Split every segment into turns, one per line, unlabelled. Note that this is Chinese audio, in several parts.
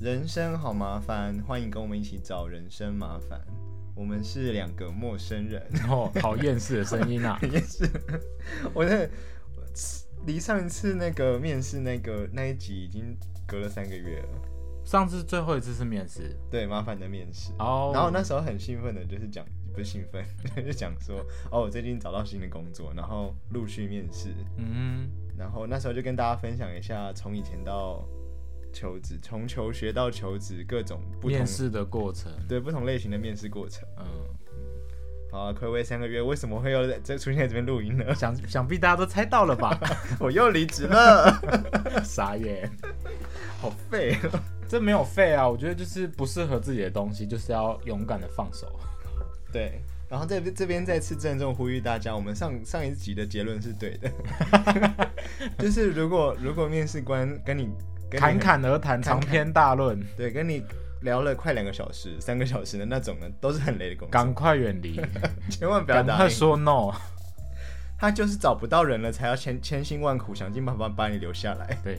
人生好麻烦，欢迎跟我们一起找人生麻烦。我们是两个陌生人，
哦，好厌世的声音啊！
也是，我在离上一次那个面试那个那一集已经隔了三个月了。
上次最后一次是面试
对，麻烦的面试。
哦，
然后那时候很兴奋的，就是讲 不是兴奋，就是讲说哦，我最近找到新的工作，然后陆续面试，
嗯
然后那时候就跟大家分享一下从以前到求职，从求学到求职各种
哼，
不同
面试的过程，
对不同类型的面试过程。
嗯，
好啊，暌违三个月，为什么会又在这出现在这边录音呢？
想想必大家都猜到了 吧？
我又离职 了，
傻眼，
好废哦。
这没有废啊！我觉得就是不适合自己的东西，就是要勇敢的放手。
对，然后在这边再次郑重呼吁大家，我们上上一集的结论是对的， 就是如果如果面试官跟你跟你
侃侃而谈，
侃
长
侃
篇大 论，
对跟你聊了快两个小时、三个小时的那种呢，都是很累的工作，
赶快远离，
千万不要
赶
答
快
应。
说 no。
他就是找不到人了，才要千千辛万苦想尽办法把你留下来，
对，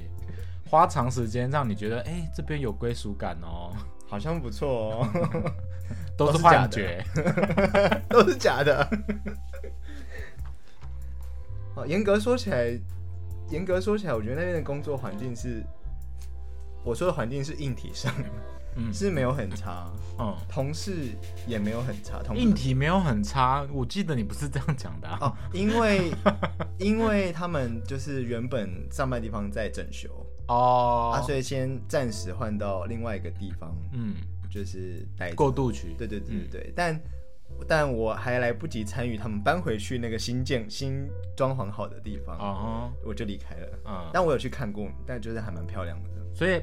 花长时间让你觉得，哎、这边有归属感哦，
好像不错哦，
都
都
是
是假的
幻觉。
都是假的。 哦，严格说起来，严格说起来，我觉得那边的工作环境是，我说的环境是硬体上。
嗯
是没有很差，
嗯，
同事也没有很差，同
硬体没有很差，我记得你不是这样讲的、啊。
哦，因为因为他们就是原本上班地方在整修、
哦，
啊，所以先暂时换到另外一个地方，
嗯，
就是待着
过渡区，
对对对对
嗯
对，但但我还来不及参与他们搬回去那个新建新装潢好的地方，
哦，
我就离开了。
嗯，
但我有去看过，但就是还蛮漂亮的。
所以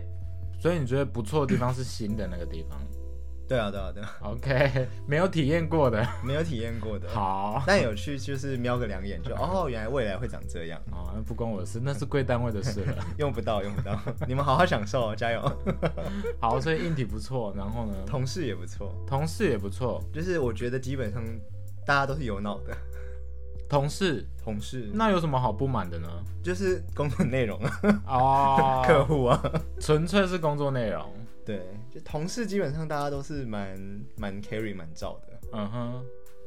所以你觉得不错的地方是新的那个地方
对啊对啊对啊，
，OK，没有体验过的，
没有体验过的，
好，
但有去就是瞄个两眼， 就哦，原来未来会长这样。
哦，那不关我的事，那是贵单位的事 了。
用不到，用不到，你们好好享受哦，加油！
好，所以硬体不错，然后呢，
同事也不错，
同事也不错，
就是我觉得基本上大家都是有脑的，
同事
同事
那有什么好不满的 呢？
就是工作内容啊，，
哦
客户啊，
纯粹是工作内容。
对，就同事基本上大家都是蛮蛮 carry 蛮照的，
嗯哼，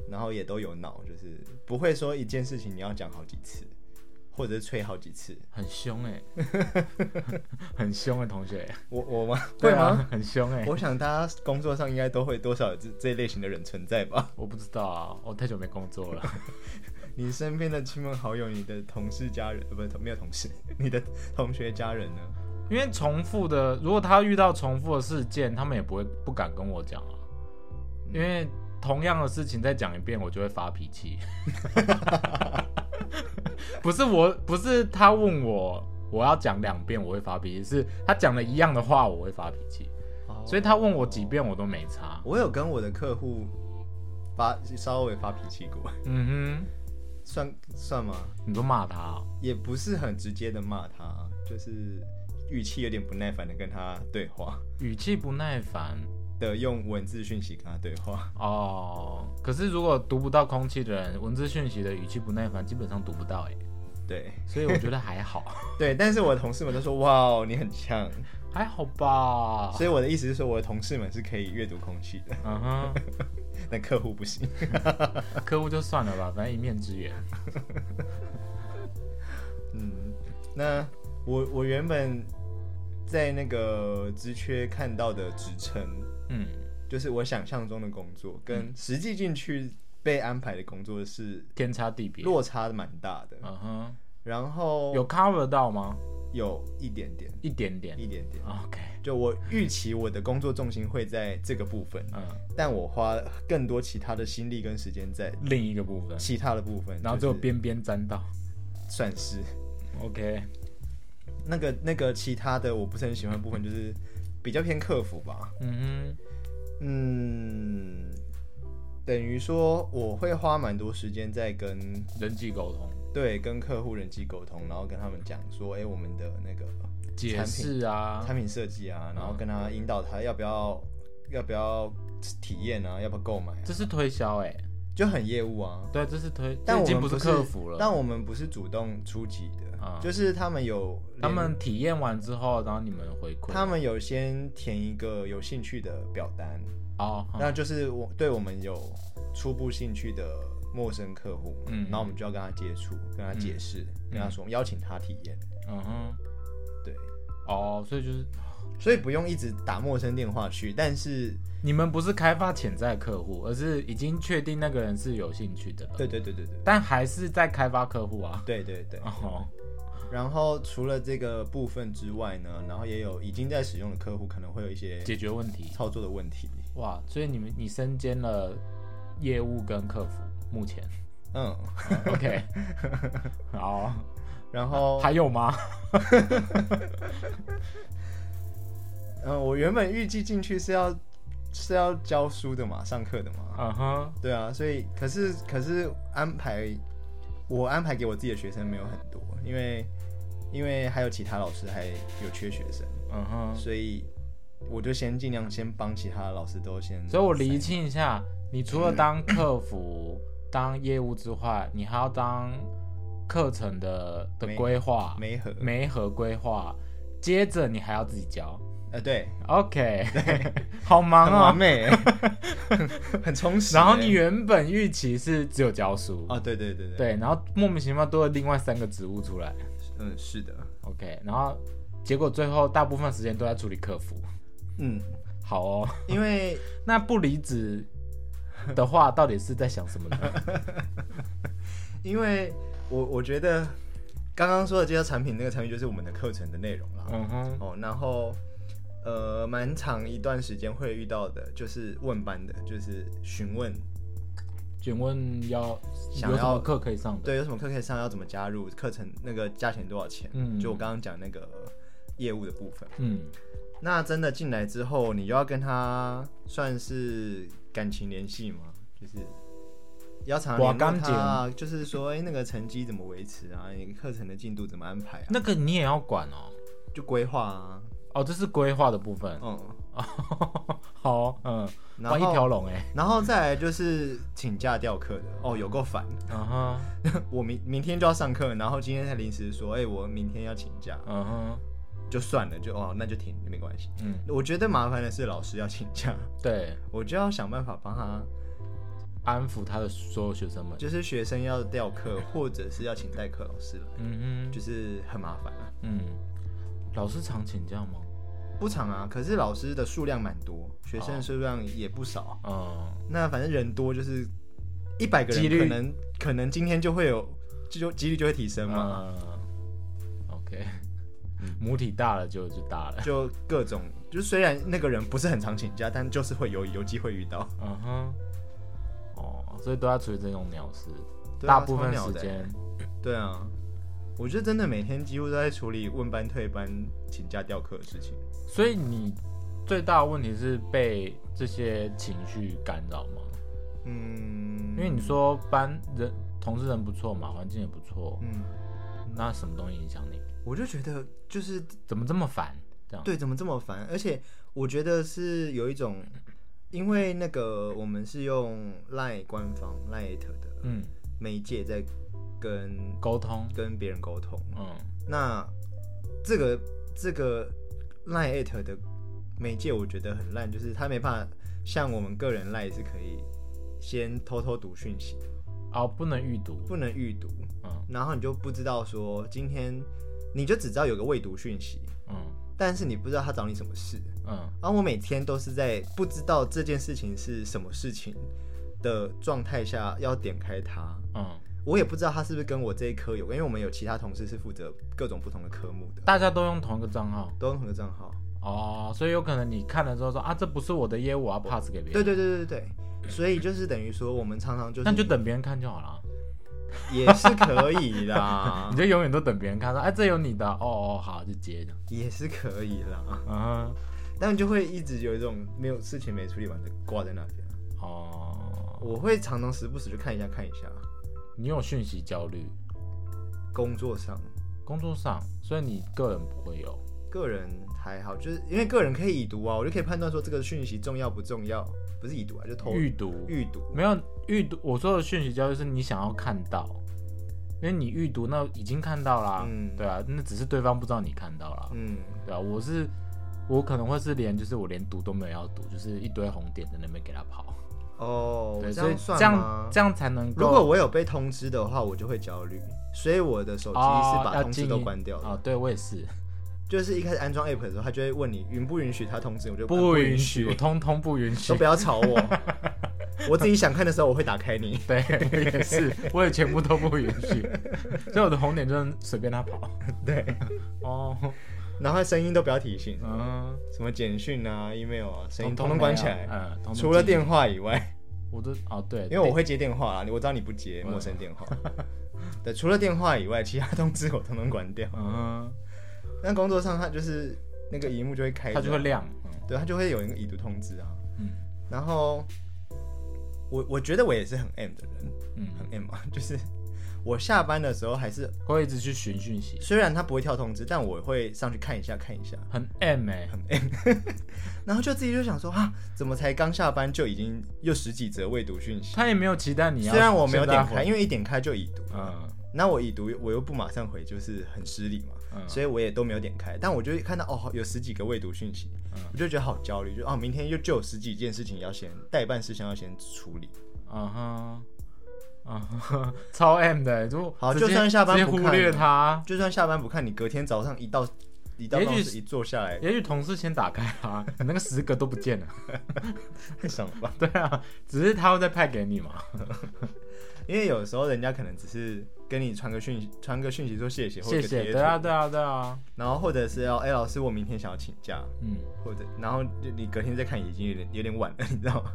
然后也都有脑，就是不会说一件事情你要讲好几次，或者是吹好几次，
很凶 哎、很凶哎、同学，
我我吗？
对
会
啊
吗？？
很凶哎、
我想大家工作上应该都会多少有这这类型的人存在吧？
我不知道啊，我太久没工作了。
你身边的亲朋好友、你的同事、家人，呃不是同没有同事，你的同学、家人呢？
因为重复的，如果他遇到重复的事件，他们也不会不敢跟我讲啊，因为同样的事情再讲一遍，我就会发脾气。 不是我，不是他问我，我要讲两遍我会发脾气，是他讲了一样的话我会发脾气，所以他问我几遍我都没差。
我有跟我的客户发稍微发脾气过，
嗯
算算吗？
哼，你都骂他、哦，
也不是很直接的骂他，就是语气有点不耐烦的跟他对话
语气不耐烦
的，用文字讯息跟他对 话。
哦。可是如果读不到空气的人，文字讯息的语气不耐烦，基本上读不到哎、
对
所以我觉得还好。
对，但是我的同事们都说哇哦，你很强，
还 好吧。
所以我的意思是说，我的同事们是可以阅读空气的，
嗯哼，
但客户不 行。
客户就算了吧，反正一面之缘。
嗯，那我我原本在那个职缺看到的职称，
嗯，
就是我想象中的工作跟实际进去被安排的工作是
天差地别。
落差蛮大的。
嗯哼，
然后
有 cover 到吗？
有一点点，
一点点。
一点点。
OK，
就我预期我的工作重心会在这个部分，
嗯，
但我花更多其他的心力跟时间在
另一个部分，
其他的部分，
然后只有
就是
边边沾到。
算是
OK，
那个那个其他的我不是很喜欢的部分，就是比较偏客服吧。
嗯
嗯，等于说我会花蛮多时间在跟
哼，人际沟通、
对，跟客户人际沟通，然后跟他们讲说，哎、我们的那个
解释啊，
产品设计啊，然后跟他引导他要不要要不要体验啊，要不要购买啊、
这是推销哎、
就很业务啊。
对，这是推，
但
这已
我
经
们
是客服了。
但我们不是主动出击的，
啊
就是他们有
他
连
们体验完之后，然后你们回馈
他们有先填一个有兴趣的表单，
哦，
那就是我对我们有初步兴趣的陌生客户，嗯，
嗯
然后我们就要跟他接触，跟他解释，跟他说邀请他体验，
嗯哼，
对，
哦，所以就是
所以不用一直打陌生电话去，但是
你们不是开发潜在客户，而是已经确定那个人是有兴趣的了，
对对对对对
但还是在开发客户啊。
对对对，
哦，
然后除了这个部分之外呢，然后也有已经在使用的客户可能会有一些
解决问题
操作的问题，
哇！所以你们你身兼了业务跟客服，目 前
嗯，
哦 OK，好，啊
然后
还有吗？
嗯，我原本预计进去是要是要教书的嘛，上课的嘛，
嗯哼，
对啊，所以可是可是安排我安排给我自己的学生没有很多，因为因为还有其他老师还有缺学生，
嗯哼，
所以我就先尽量先帮其他的老师都先。
所以我厘清一下，你除了当客服、当业务之外，你还要当课程的的
没
规划、
没合，
媒合规划，接着你还要自己教。
呃，对，
OK，好忙
很完
哦。
美、 很充实欸、
然后你原本预期是只有教书，
哦，对对对对，
对，然后莫名其妙多了另外三个职务出来。
嗯，是的，
OK，然后结果最后大部分时间都在处理客服。
嗯，
好哦，
因为
那不离职的话，到底是在想什么 呢？
因为我我觉得刚刚说的这些产品，那个产品就是我们的课程的内容啦。
嗯哼，
哦，然后呃，蛮长一段时间会遇到的，就是问班的，就是询问，
请问要
想
有什么
要
课可以上的？
对，有什么课可以上，要怎么加入课程，那个价钱多少钱？
嗯
就我刚刚讲那个业务的部分。
嗯，
那真的进来之后，你又要跟他算是感情联系吗？就是。要常
哇
常联
刚
络
姐
他啊，就是说，哎、那个成绩怎么维持啊？你课程的进度怎么安排啊？
那个你也要管哦。
就规划啊，
哦，这是规划的部分。
嗯，
好哦，嗯，
然
哇，一
后
条龙哎。
然后再来就是请假调课的，哦，有够烦。
嗯哼，
我明明天就要上课，然后今天才临时说，哎、我明天要请假，
嗯哼，
就算了，就哦，那就停，没关系。
嗯，
我觉得麻烦的是老师要请假，
对。
我就要想办法帮他，
安抚他的所有学生们。
就是学生要调课，或者是要请代课老师来，
嗯哼，
就是很麻烦啊。
嗯，老师常请假吗？
不长啊，可是老师的数量蛮多，学
哦
生的数量也不少。啊
嗯，
那反正人多就是一百个
几
人，
率
可能可能今天就会有，就就几率就会提升嘛，
嗯？OK，母体大了就就大了。
就各种，就虽然那个人不是很常请假，但就是会有有机会遇到。
嗯哼，哦，所以都要处理这种鸟事，
对啊
大部分时。
超鸟的欸
间。
对啊，我觉得真的每天几乎都在处理问班、退班、请假、调课的事情。
所以你最大的问题是被这些情绪干扰吗？
嗯，
因为你说班人同事人不错嘛，环境也不错，
嗯，
那什么东西影响你？
我就觉得就是
怎么这么烦？这样
对，怎么这么烦？而且我觉得是有一种，因为那个我们是用 Line 官方 Line 的
嗯，
媒介在跟
沟通，
跟别人沟通，
嗯
那这个这个 Line at 的媒介，我觉得很烂，就是它没办法像我们个人 Line 是可以先偷偷读讯息的，
哦，不能预读，
不能预读，
嗯
然后你就不知道说今天，你就只知道有个未读讯息，
嗯
但是你不知道他找你什么事。
嗯。
然后我每天都是在不知道这件事情是什么事情的状态下要点开它，
嗯，
我也不知道他是不是跟我这一科有关，因为我们有其他同事是负责各种不同的科目的，
大家都用同一个账号
都用同一个账号。
哦，所以有可能你看了之后说啊，这不是我的业务，我要 pass 给别人。
对对对对对，所以就是等于说，我们常常就是
那你就等别人看就好了。
啊也是可以啦
你，就永远都等别人看说，哎、这有你的，哦哦，好，就接这样。
也是可以啦，
嗯
但就会一直有一种没有事情没处理完的挂在那边。
哼，哦，
我会常常时不时就看一下看一下，
你有讯息焦虑，
工作上
工作上，所以你个人不会有。
个人还好，就是因为个人可以已读啊，我就可以判断说这个讯息重要不重要，不是已读啊，就偷
预读
预读。
没有预读，我说的讯息交易是你想要看到，因为你预读那已经看到啦，
嗯
对啊，那只是对方不知道你看到啦，
嗯，
对啊，我是我可能会是连就是我连读都没有要读，就是一堆红点在那边给他跑，
哦，
对，
这
所以
样算
这样
吗？
这样才能够。
啊如果我有被通知的话，我就会焦虑，所以我的手机是
哦
把
要
通知
静
都
音
关掉的。
啊、对我也是，
就是一开始安装 app 的时候，他就会问你允不允许他通知，我就啊
不
允
允许，我，通通不允许
都不。要吵 我。我自己想看的时候，我会打开你。
对，我也是，我也全部都不允许，所以我的红点就是随便他跑。
对，
哦，
然后声音都不要提醒，
嗯，
什么简讯啊、email 啊，声音
通
通通关起
没有
来，
嗯，通通
除了
静音
电，话以外。
我都哦对，
因为我会接电话啦，我知道你不接
嗯
陌生电话。 对，除了电话以外，其他通知我通通关掉。
嗯，
但工作上，它就是那个荧幕就会开着，
它就会亮，
对，它就会有一个已读通知啊。
嗯
然后我我觉得我也是很 M 的人，
嗯
很 M 啊， 就是我下班的时候还是，
嗯，会一直去寻讯息，
虽然它不会跳通知，但我会上去看一下看一下，
很 M 哎、
很 M。然后就自己就想说啊，怎么才刚下班就已经又十几则未读讯息？
他也没有期待你要，
虽然我没有点开，
为
因为一点开就已读。
嗯
那我已读，我又不马上回，就是很失礼嘛，
嗯，
所以我也都没有点开。但我就看到哦，有十几个未读讯息，
嗯
我就觉得好焦虑，就哦，明天就就有十几件事情要先代办事项要先处理。
嗯哼。嗯哼，超 M 的、就
啊好
直接
就算下班
直接
不
忽
看
略
了
他，
就算下班不看，你隔天早上一到一到
也
办
许
公室一坐下来，
也许同事先打开啊，你那个十个都不见了。
太爽了吧？
对啊，只是他会再派给你嘛。
因为有时候人家可能只是跟你传个讯息，传个讯息说谢谢，或
谢
者贴
谢，
图
对啊，对啊，对啊，
然后或者是要哎、老师，我明天想要请假，
嗯。
或者然后就你隔天再看已经有点有点晚了， 你知道吗？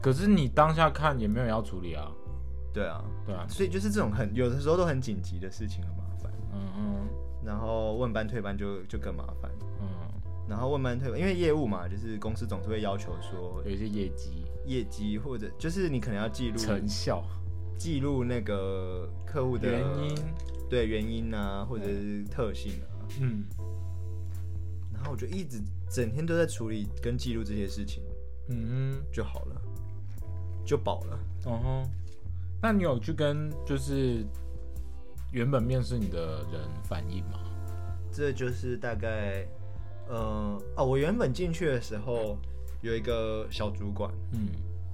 可是你当下看也没有要处理啊，
对啊，
对啊，
所以就是这种很有的时候都很紧急的事情很麻烦。
嗯嗯
然后问班退班就就更麻烦。
嗯，
然后问班退班，因为业务嘛，就是公司总是会要求说
有一些业绩
业绩或者就是你可能要记录
成效
记录那个客户的
原因，
对原因啊，或者是特性啊。
嗯
然后我就一直整天都在处理跟记录这些事情
嗯
就好了，就饱了。
哼，哦吼，那你有去跟就是原本面试你的人反映吗？
这就是大概，呃，哦，我原本进去的时候有一个小主管，
嗯，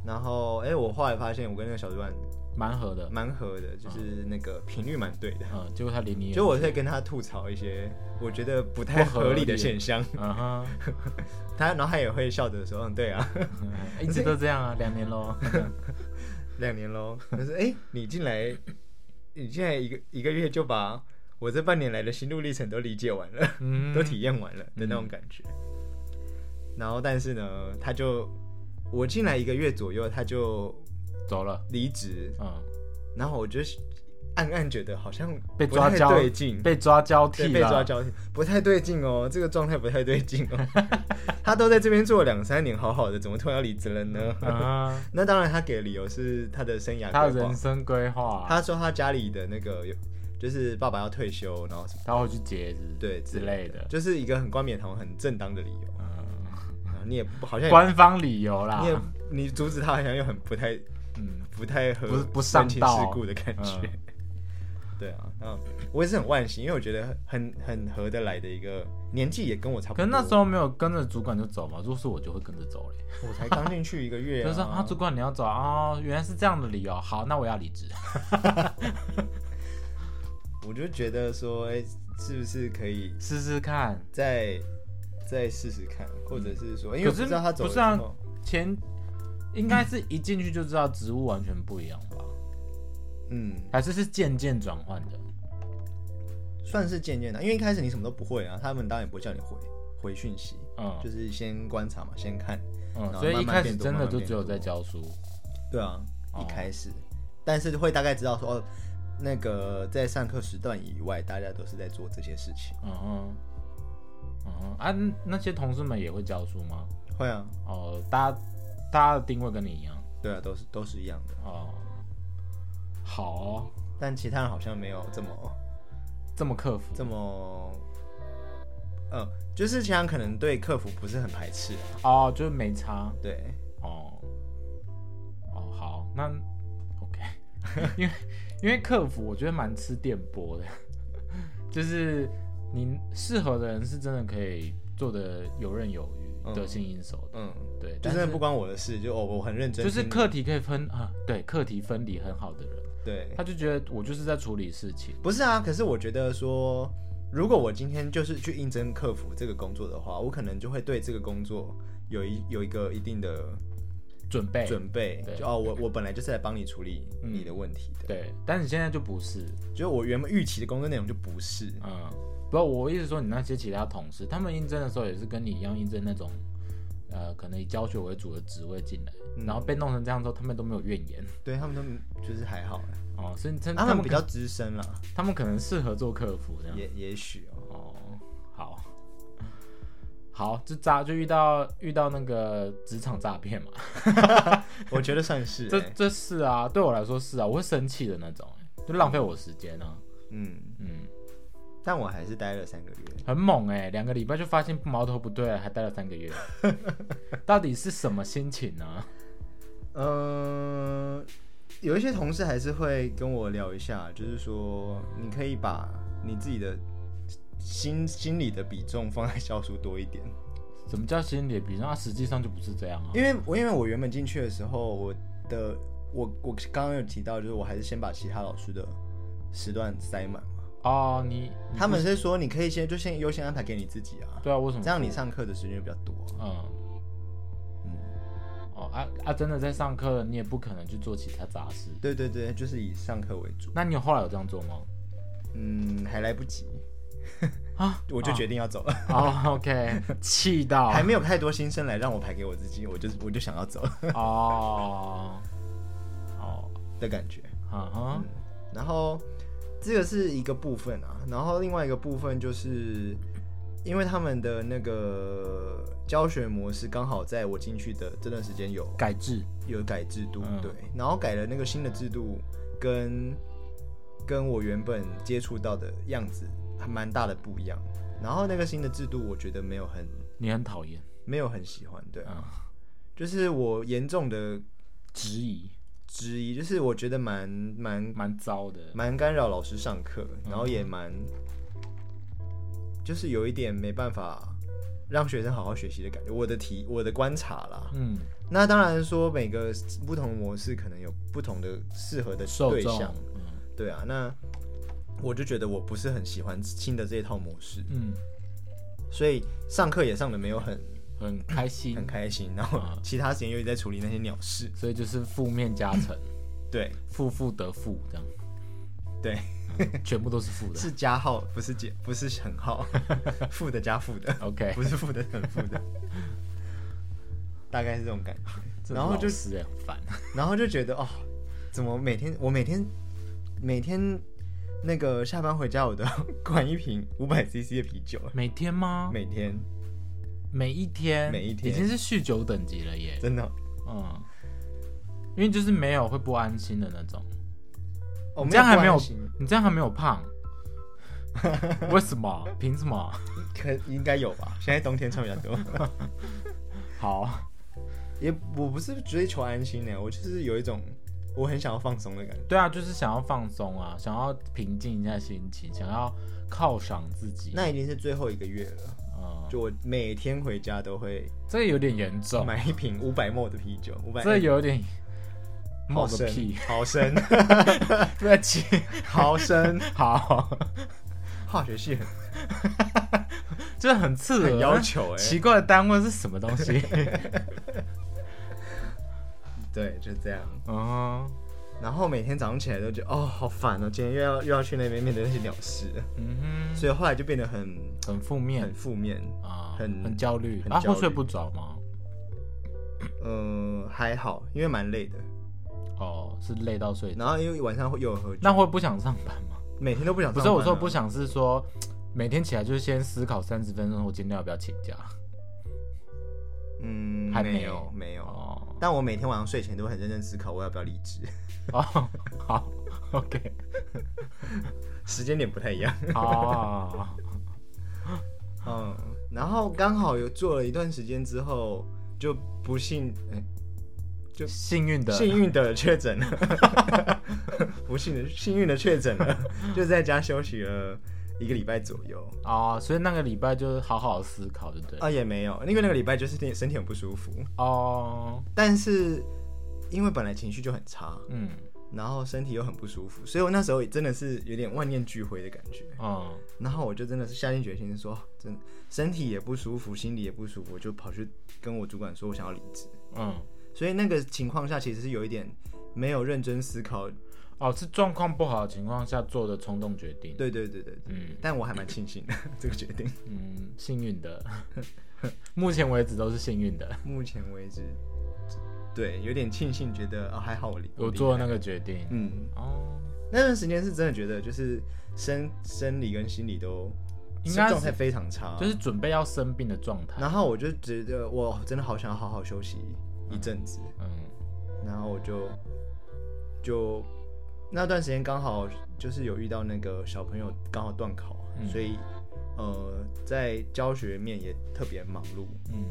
然后哎，我后来发现我跟那个小主管
蛮合的，
蛮合的，就是那个频率蛮对的。
嗯，结果他离你也
就我会跟他吐槽一些我觉得不太合理的现象，
嗯哼，
他然后他也会笑着说：“嗯，对啊，
一直都这样啊，两年 喽，
两年喽。”可是哎、诶你进来，你进来一个一个月就把我这半年来的心路历程都理解完了，
嗯，
都体验完了的那种感觉。然后但是呢，他就我进来一个月左右，他就
走了，
离职，
嗯，
然后我就暗暗觉得好像
被
不
抓
太
交
对劲，
被抓交
嗯对，
替
被抓
了，
交替，不太对劲哦，这个状态不太对劲哦。 他都在这边做了两三年，好好的，怎么突然要离职了 呢？
嗯 哼，
那当然，他给的理由是他的生涯
他的
规划
人。生规划，
他说他家里的那个有，就是爸爸要退休，然后什么
他会去截肢，
对
之类的，
就是一个很冠冕堂皇、很正当的理由。
嗯，
然后你也不好像也
官方理由啦
你，也你阻止他，好像又很不太
嗯，
不太合
不是不上
人情
道
世故的感觉。
嗯
对啊，那我也是很惋惜，因为我觉得很很合得来的一个年纪也跟我差不
可
多。
是那时候没有跟着主管就走嘛，如果是我就会跟着走嘞，
我才刚进去一个月、啊，
就是说啊，主管你要走啊、哦，原来是这样的理由，好，那我要离 职，
我就觉得说，哎、是不是可以
试试看。
再再试试看，或者是说，因为
可
我
是
不知道他走了之
不是啊
后，
前应该是一进去就知道职务完全不一样吧，
嗯，
还是是渐渐转换的？
算是渐渐的，因为一开始你什么都不会啊，他们当然也不会叫你回回讯息，
嗯
就是先观察嘛，先看，然
嗯，
后
所以一
慢慢
开始
变多
真的
慢慢
就
变
只有
多
在教书，
对啊，
哦
一开始，但是会大概知道说，哦，那个在上课时段以外，大家都是在做这些事情，
嗯哼，嗯哼，啊，那那些同事们也会教书吗？
会啊，
哦，大家大家的定位跟你一样
对啊，都是都是一样的，
哦。好哦
但其他人好像没有这么
这么克服，
这么嗯，就是其他人可能对客服不是很排斥啊。
哦，就是没差
对，
哦。哦，好，那 OK，因 为因为客服我觉得蛮吃电波的， 就是你适合的人是真的可以做的游刃有余、
嗯
得心应手的，
嗯，
对，
就
但
真
是
的不关我的事，就哦，我很认真
就
听，
是课题可以分啊，对，课题分离很好的人，
对，
他就觉得我就是在处理事情，
不是啊。可是我觉得说，如果我今天就是去应征客服这个工作的话，我可能就会对这个工作有一有一个一定的
准备，
准备
对，
就哦，我我本来就是来帮你处理你的问题的，
对，但你现在就不是，
就是我原本预期的工作内容就不是，
嗯，不，我意思说你那些其他同事，他们应征的时候也是跟你一样应征那种，呃，可能以教学为主的职位进来，
嗯
然后被弄成这样之后，他们都没有怨言。
对他们都就是还好，
哦，所以嗯他
啊他
他
们
们
比
可
较资深啦，
他们可能适合做客服这样。
也也许哦，
哦，好，好，就诈就遇到遇到那个职场诈骗嘛，
我觉得算是、
这
欸，
这是啊，对我来说是啊，我会生气的那种、欸就浪费我时间啊，
嗯，
嗯，
但我还是待了三个月，
很猛哎、两个礼拜就发现矛头不对啊了，还待了三 个月，到底是什么心情呢、
嗯，有一些同事还是会跟我聊一下，就是说你可以把你自己的心心理的比重放在教书多一点，
什么叫心理比重？那实际上就不是这样啊。
因为我因为我原本进去的时候，我的我我刚刚有提到，就是我还是先把其他老师的时段塞满嘛。
哦，你你
他们是说你可以先就先优先安排给你自己啊，
对啊，为什么
这样你上课的时间就比较多、啊。
嗯。
嗯，
哦啊啊！真的在上课了，你也不可能去做其他杂事。
对对对，就是以上课为主。
那你有后来有这样做 吗？
嗯，还来不及，
啊，
我就决定要走了，
哦，OK，气到
还没有太多新生来让我排给我自己，我就我就想要走
哦，哦，
的感觉。
嗯哼，
然后这个是一个部分啊，然后另外一个部分就是，因为他们的那个教学模式刚好在我进去的这段时间有
改制
有改制度，
嗯
对，然后改了那个新的制度跟跟我原本接触到的样子还蛮大的不一样，然后那个新的制度我觉得没有很
你很讨厌，
没有很喜欢，对啊，
嗯，
就是我严重的
质疑，
质疑，就是我觉得蛮蛮
蛮糟的，
蛮干扰老师上课，然后
嗯
也蛮，就是有一点没办法让学生好好学习的感觉。我的题，我的观察啦。
嗯，
那当然说每个不同的模式可能有不同的适合的
受
对
众
象，，
嗯
对啊。那我就觉得我不是很喜欢新的这一套模式，
嗯，
所以上课也上的没有很
很开心
很，开心，然后
嗯
其他时间又一直在处理那些鸟事。
所以就是负面加 成，
对
负负得负这样，
对，
全部都 是啊负的
是加号，不是减，不是乘号， 负的加负的。
，OK，
不是负的很负的， 大概是这种 感觉。然后就
死很 烦，
然后就觉得哦，怎么每天我每天每天那个下班回家我都 要灌一瓶五百 CC 的啤酒，
每天吗？
每天
每一天，
每一天
已经是酗酒等级了耶。
真的。
嗯，因为就是没有会不安心的那种。
哦，
你这样还没有
关系，
你这样还没有 胖，为什么？凭什么？
可应该有吧？现在冬天穿比较 多，
好，
也我不是追求安心呢，我就是有一种我很想要放松的感觉。
对啊，就是想要放松啊，想要平静一下心情，想要犒赏自己。
那已经是最后一个月了，
嗯，
就我每天回家都会
这个有点严重，
买哎一瓶五百 ml 的啤酒，五百
这个有点冒
毫
个
升
屁，，
毫升，
对不起。
毫升，
好，
化学系很
就是很刺耳，啊
很要求哎、
奇怪的单位是什么 东西？
对，就这样。
嗯哼
然后每天早上起来都觉得哦，好烦哦，今天又要又要去那边面对那些鸟事，
嗯
所以后来就变得很
哼，很负面
很负面。
啊，
很
很焦虑，
很
啊，
焦
会睡
虑
不着吗？
嗯、还好，因为蛮累的。
哦，是累到睡着，
然后因为晚上会又有喝酒，
那会不想上班吗？
每天都不想、啊
不是，我说不，想是说每天起来就是先思考三十分钟，我今天要不要请假？
嗯，
还
没
没
有没有。
哦
但我每天晚上睡前都会很认真思考我要不要离职，
哦，好，OK，
时间点不太一样。
好好好好好
嗯，然后刚好有做了一段时间之后，就不幸、哎 就
幸运的，
幸运的确诊了， 不幸的幸运的确诊了，就在家休息了一个礼拜左右。
哦，所以那个礼拜就是好好思考，对不对？
啊，也没有，因为那个礼拜就是身体身体很不舒服，
哦，
但是因为本来情绪就很差，
嗯，
然后身体又很不舒服，所以我那时候也真的是有点万念俱灰的感觉。
嗯，
然后我就真的是下定决心说，哦真的身体也不舒服，心里也不舒服，我就跑去跟我主管说我想要离职。
嗯，
所以那个情况下其实是有一点没有认真思考，
哦，是状况不好的情况下做的冲动决定。
对对对对对。
嗯
但我还蛮庆幸的 这个决定，
嗯，幸运的， 目前为止都是幸运的。
目前为止，对，有点庆幸，觉得哦还好我离
我做那个决定，
嗯，
哦，
那段时间是真的觉得就是生生理跟心理都
应该是
状态非常差，
哦就是准备要生病的状态。
然后我就觉得我真的好想好好休息一阵子，
嗯，
然后我就就那段时间刚好就是有遇到那个小朋友刚好断考，
嗯
所以呃在教学面也特别忙碌，
嗯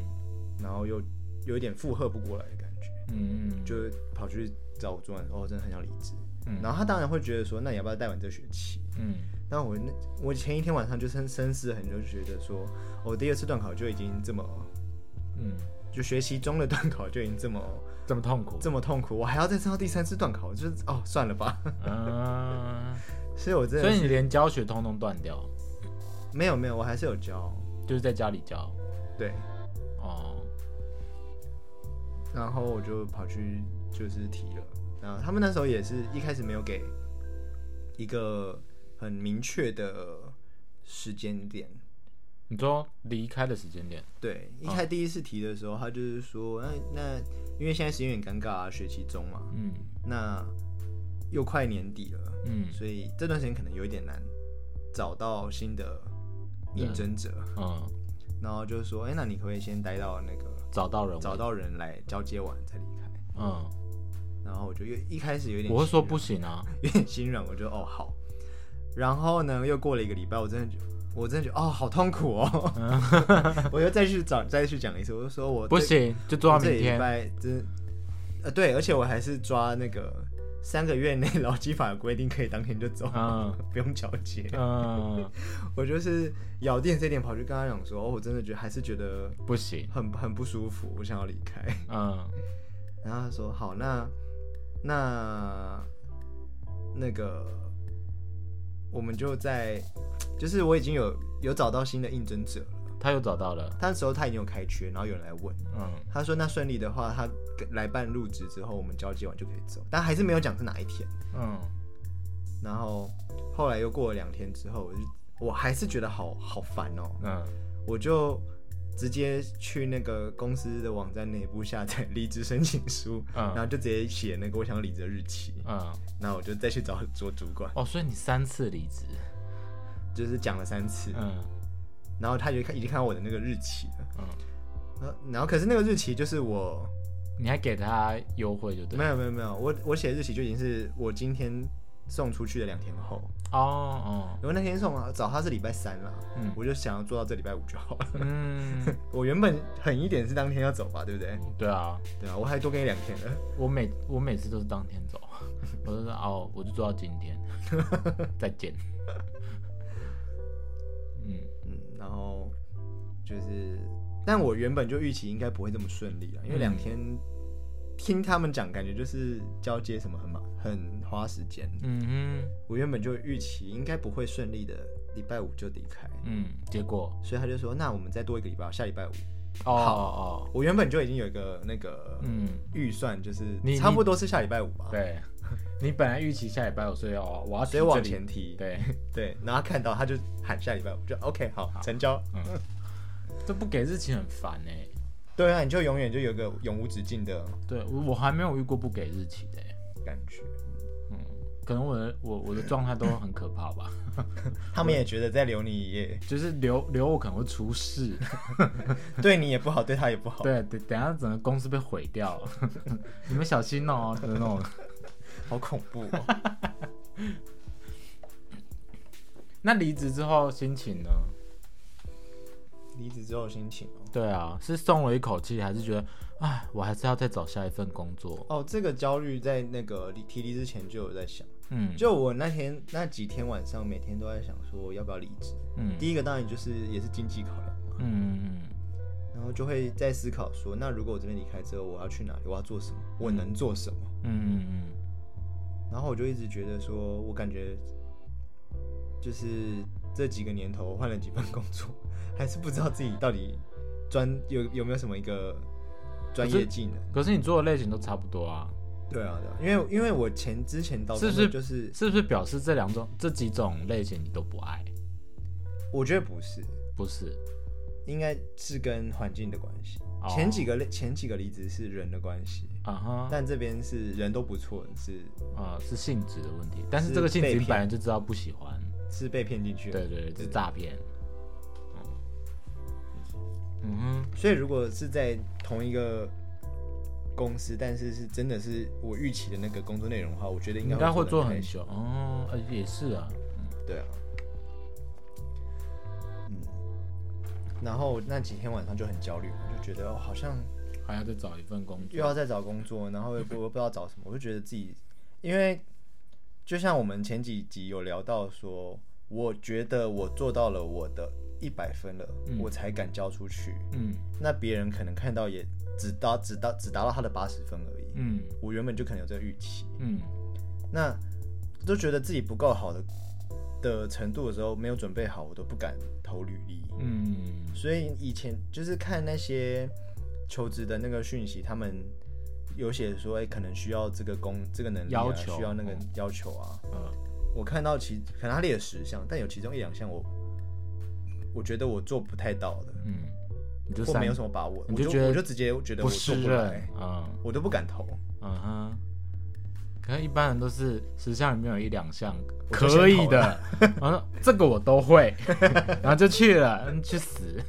然后又有一点负荷不过来的感觉，
嗯嗯，
就跑去找我主管说，哦，真的很想离职。
嗯
然后他当然会觉得说，那你要不要带完这学期？
嗯
那我那我前一天晚上就深深思很久，就觉得说，哦我、第二次断考就已经这么，
嗯，
就学期中的断考就已经这么
这么痛苦，
这么痛苦，我还要再上到第三次断考，就是哦，算了吧。
嗯，
所以我 真
所
的
以
是
你连教学通通断掉，
没有没有，我还是有教，
就是在家里教。
对，
哦，
然后我就跑去就是提了，然后他们那时候也是一开始没有给一个很明确的时间点，
你说离开的时间点，
对，一
哦
开第一次提的时候，他就是说，那那因为现在时间有点尴尬啊，学期中嘛，
嗯
那又快年底了，
嗯
所以这段时间可能有一点难找到新的应征者，
嗯，
然后就说，哎、那你可不可以先待到那个
找到人，
找，到人来交接完再离开？
嗯，
然后我就又一开始有点
我会说
心
不行啊，
软，有点心软，我就哦好。然后呢，又过了一个礼拜，我真的觉我真的觉得哦好痛苦 哦，我又再去找再去讲一次，我就说哦我
不
这
行，就做到
这
明
礼
天。
拜真呃对，而且我还是抓那个三个月内劳基法的规定，可以当天就走，
嗯
不用交接。
嗯，
我就是咬定这点，跑去跟他讲说，哦，我真的觉得还是觉得
不行，
很很不舒服，我想要离开。
嗯
然后他说好，那那那个我们就在，就是我已经有有找到新的应征者了，
他又找到了，
他那时候他已经有开缺，然后有人来问，
嗯
他说那顺利的话，他来办入职之后，我们交接完就可以走，但还是没有讲是哪一天。
嗯
然后后来又过了两天之后，我就我还是觉得好好烦哦，
嗯，
我就直接去那个公司的网站内部下载离职申请书，
嗯
然后就直接写那个我想要离职的日期，
嗯，
然后我就再去找做主管，
哦，所以你三次离职，
就是讲了三次，
嗯
然后他就看已经看到我的那个日期了，
嗯，
然后然后可是那个日期就是我
你还给他优惠就对了，
没有没有没有，我我写的日期就已经是我今天送出去的两天后，
哦
然后那天送啊找他是礼拜三了，
嗯
我就想要做到这礼拜五就好了。
哦，嗯，
我原本狠一点是当天要走吧，对不对？
对啊，
对啊，我还多给你两天了。
我每我每次都是当天走，我就说哦，我就做到今天， 再见。嗯
嗯，然后就是，但我原本就预期应该不会这么顺利啊，因为
嗯
两天、听他们讲，感觉就是交接什么很麻很花时间。
嗯
我原本就预期应该不会顺利的，礼拜五就离开，
哼，嗯，结果
所以他就说，那我们再多一个礼拜，下礼拜五。
哦哦，
我原本就已经有一个那个
嗯，
预算，就是
你
差不多是下礼拜五吧，
对，你本来预期下礼拜五，啊所以哦，我要提
所以往
这里
前提。
对，
对，然后他看到他就喊下礼拜五，就 OK 好成交。
都不给日期很烦哎、
对啊，你就永远就有个永无止境的
对我我还没有遇过不给日期的、欸，
感觉。
嗯，可能我的我我的状态都很可怕吧，
他们也觉得再留你也
就是留留我可能会出事，
对你也不好，对他也不好，
对，等等下整个公司被毁掉， 你们小心哦、的那 种。
好恐怖 哦。
那离职之后心情呢？
离职之后的心情哦。
对啊，是松了一口气，还是觉得，哎，我还是要再找下一份工作。
哦，这个焦虑在那个离提离之前就有在想，
嗯，
就我那天那几天晚上每天都在想说要不要离职。
嗯
第一个当然就是也是经济考量嘛，
嗯
然后就会在思考说，那如果我这边离开之后，我要去哪里？我要做什么？我能做什么？
嗯嗯嗯
然后我就一直觉得说，我感觉就是这几个年头我换了几份工作，还是不知道自己到底专有有没有什么一个专业技能。
嗯。可是你做的类型都差不多啊，
对啊，对啊，因为因为我前之前到
是不是
就是
是不是表示这两种这几种类型你都不爱？
我觉得不是，
不是，
应该是跟环境的关系。
哦
前几个类前几个离职是人的关系，
啊哈，
但这边是人都不错，是
啊是性质的问题，但是
是
这个性质
被
你
骗
本来就知道不喜欢，
是被骗进去的。
对对对，是诈骗。哦嗯哼，
所以如果是在同一个公司，但是是真的是我预期的那个工作内容的话，我觉得应
应
该
该会做
得
很
开心
久哦，呃也是啊，
对啊，嗯。然后那几天晚上就很焦虑嘛，就觉得哦好像
还要再找一份工
又
作。
要再找工作，然后又不我不知道找什么，我就觉得自己，因为就像我们前几集有聊到说，我觉得我做到了我的一百分了，
嗯
我才敢交出去。
嗯
那别人可能看到也只达只达只达到他的八十分而已。
嗯
我原本就可能有这个预期，
嗯
那都觉得自己不够好的的程度的时候，没有准备好，我都不敢投履历。
嗯
所以以前就是看那些求职的那个讯息，他们有写说，哎、可能需要这个工这个能力、啊，
要求嗯
需要那个要求啊。
呃
我看到其可能他列了十项，但有其中一两项我我觉得我做不太到的，
嗯，你就
或
三
没有什么把握，
你
我
就
就
觉得
我就直接觉得
不
我做
是
不来
人，，嗯
我都不敢投。
嗯哼。可能一般人都是十项里面有一两项
我就先
可以
投
的，然后说这个我都 会，然后就去了，嗯去死。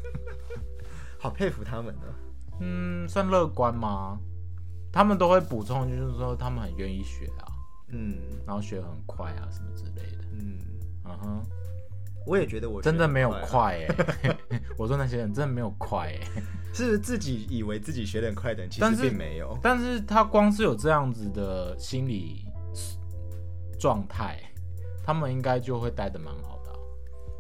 好佩服他们啊呢。
嗯，算乐观吗？他们都会补充，就是说他们很愿意学啊，
嗯
然后学很快啊，什么之类的。
嗯。
嗯哼，
我也觉得我
真的没有
快，啊
快哎、 我说那些人真的没有快哎、
是自己以为自己学的很快的人，其
但
实
是
并没有。
但是他光是有这样子的心理状态，他们应该就会待的蛮好的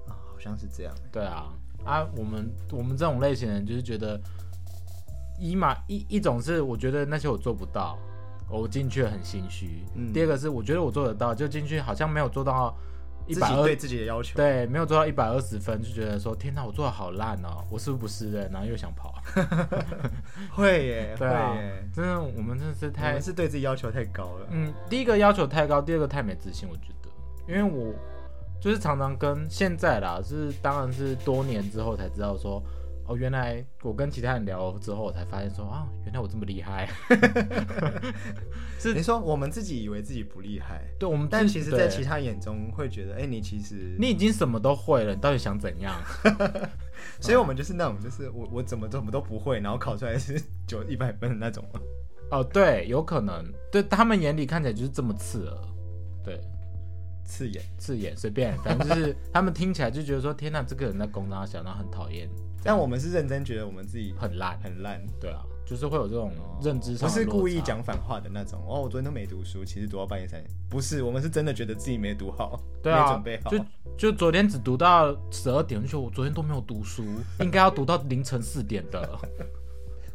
啊、
啊，好像是这样。
对啊，啊，我们我们这种类型的人就是觉得，一嘛一一种是我觉得那些我做不到，我进去很心虚；
嗯
第二个是我觉得我做得到，就进去好像没有做到一
自
百
己
二
对，自己的要求，
对，没有做到一百二十分，就觉得说天哪，我做的好烂哦，我是不是不是人？然后又想跑，
会耶，
对
会
啊
耶。
真的我们真的是
我
太
们是对自己要求太高了。
嗯，第一个要求太高，第二个太没自信，我觉得，因为我就是常常跟现在啦，是当然是多年之后才知道说，哦，原来我跟其他人聊之后，我才发现说啊，原来我这么 厉害。是
你说我们自己以为自己不厉害，
对，我们
但
自
其实，在其
嗯对
他眼中会觉得，哎，你其实，
你已经什么都会了，你到底想怎样？
所以我们就是那种，就是我我怎么怎么都不会，然后考出来是 九一百分的那种嘛。
哦，对，有可能，对他们眼里看起来就是这么刺耳，对，
刺眼，
刺眼，随便，反正就是他们听起来就觉得说，天哪，这个人在攻他小，然后很讨厌，
但我们是认真觉得我们自己
很烂，
很烂，
对啊，就是会有这种认知上
不
的
是
落
故意
差
讲反话的那种。哦，我昨天都没读书，其实读到半夜三点。不是，我们是真的觉得自己没读好，
对
没
啊，
准备好。
就就昨天只读到十二点，就觉得我昨天都没有读书，应该要读到凌晨四点 的。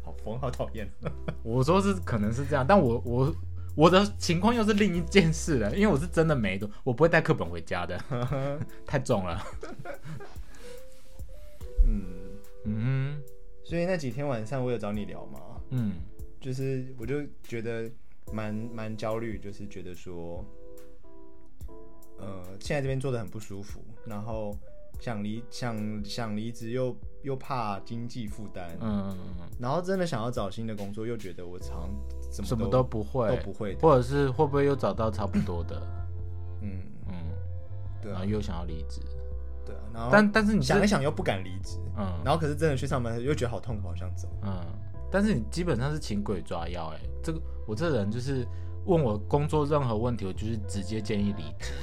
好疯，好讨厌。
我说是可能是这样，但我我我的情况又是另一件事了，因为我是真的没读，我不会带课本回 家的，太重了。
嗯，
嗯
所以那几天晚上我有找你聊嘛，
哼嗯
就是我就觉得蛮蛮焦虑，就是觉得说，呃，现在这边做的很不舒服，然后想离想想离职又又怕经济负担，
嗯，
然后真的想要找新的工作，又觉得我常怎么
什么
都
都不会，
不会的，
或者是会不会又找到差不多的，
嗯，
嗯，
对
然
啊
后又想要离职，
对啊，然后
但但是你是
想一想又不敢离职，
嗯
然后可是真的去上班又觉得好痛苦，好想走，
嗯，但是你基本上是请鬼抓药哎、这个我这人就是问我工作任何问题，我就是直接 建议离职。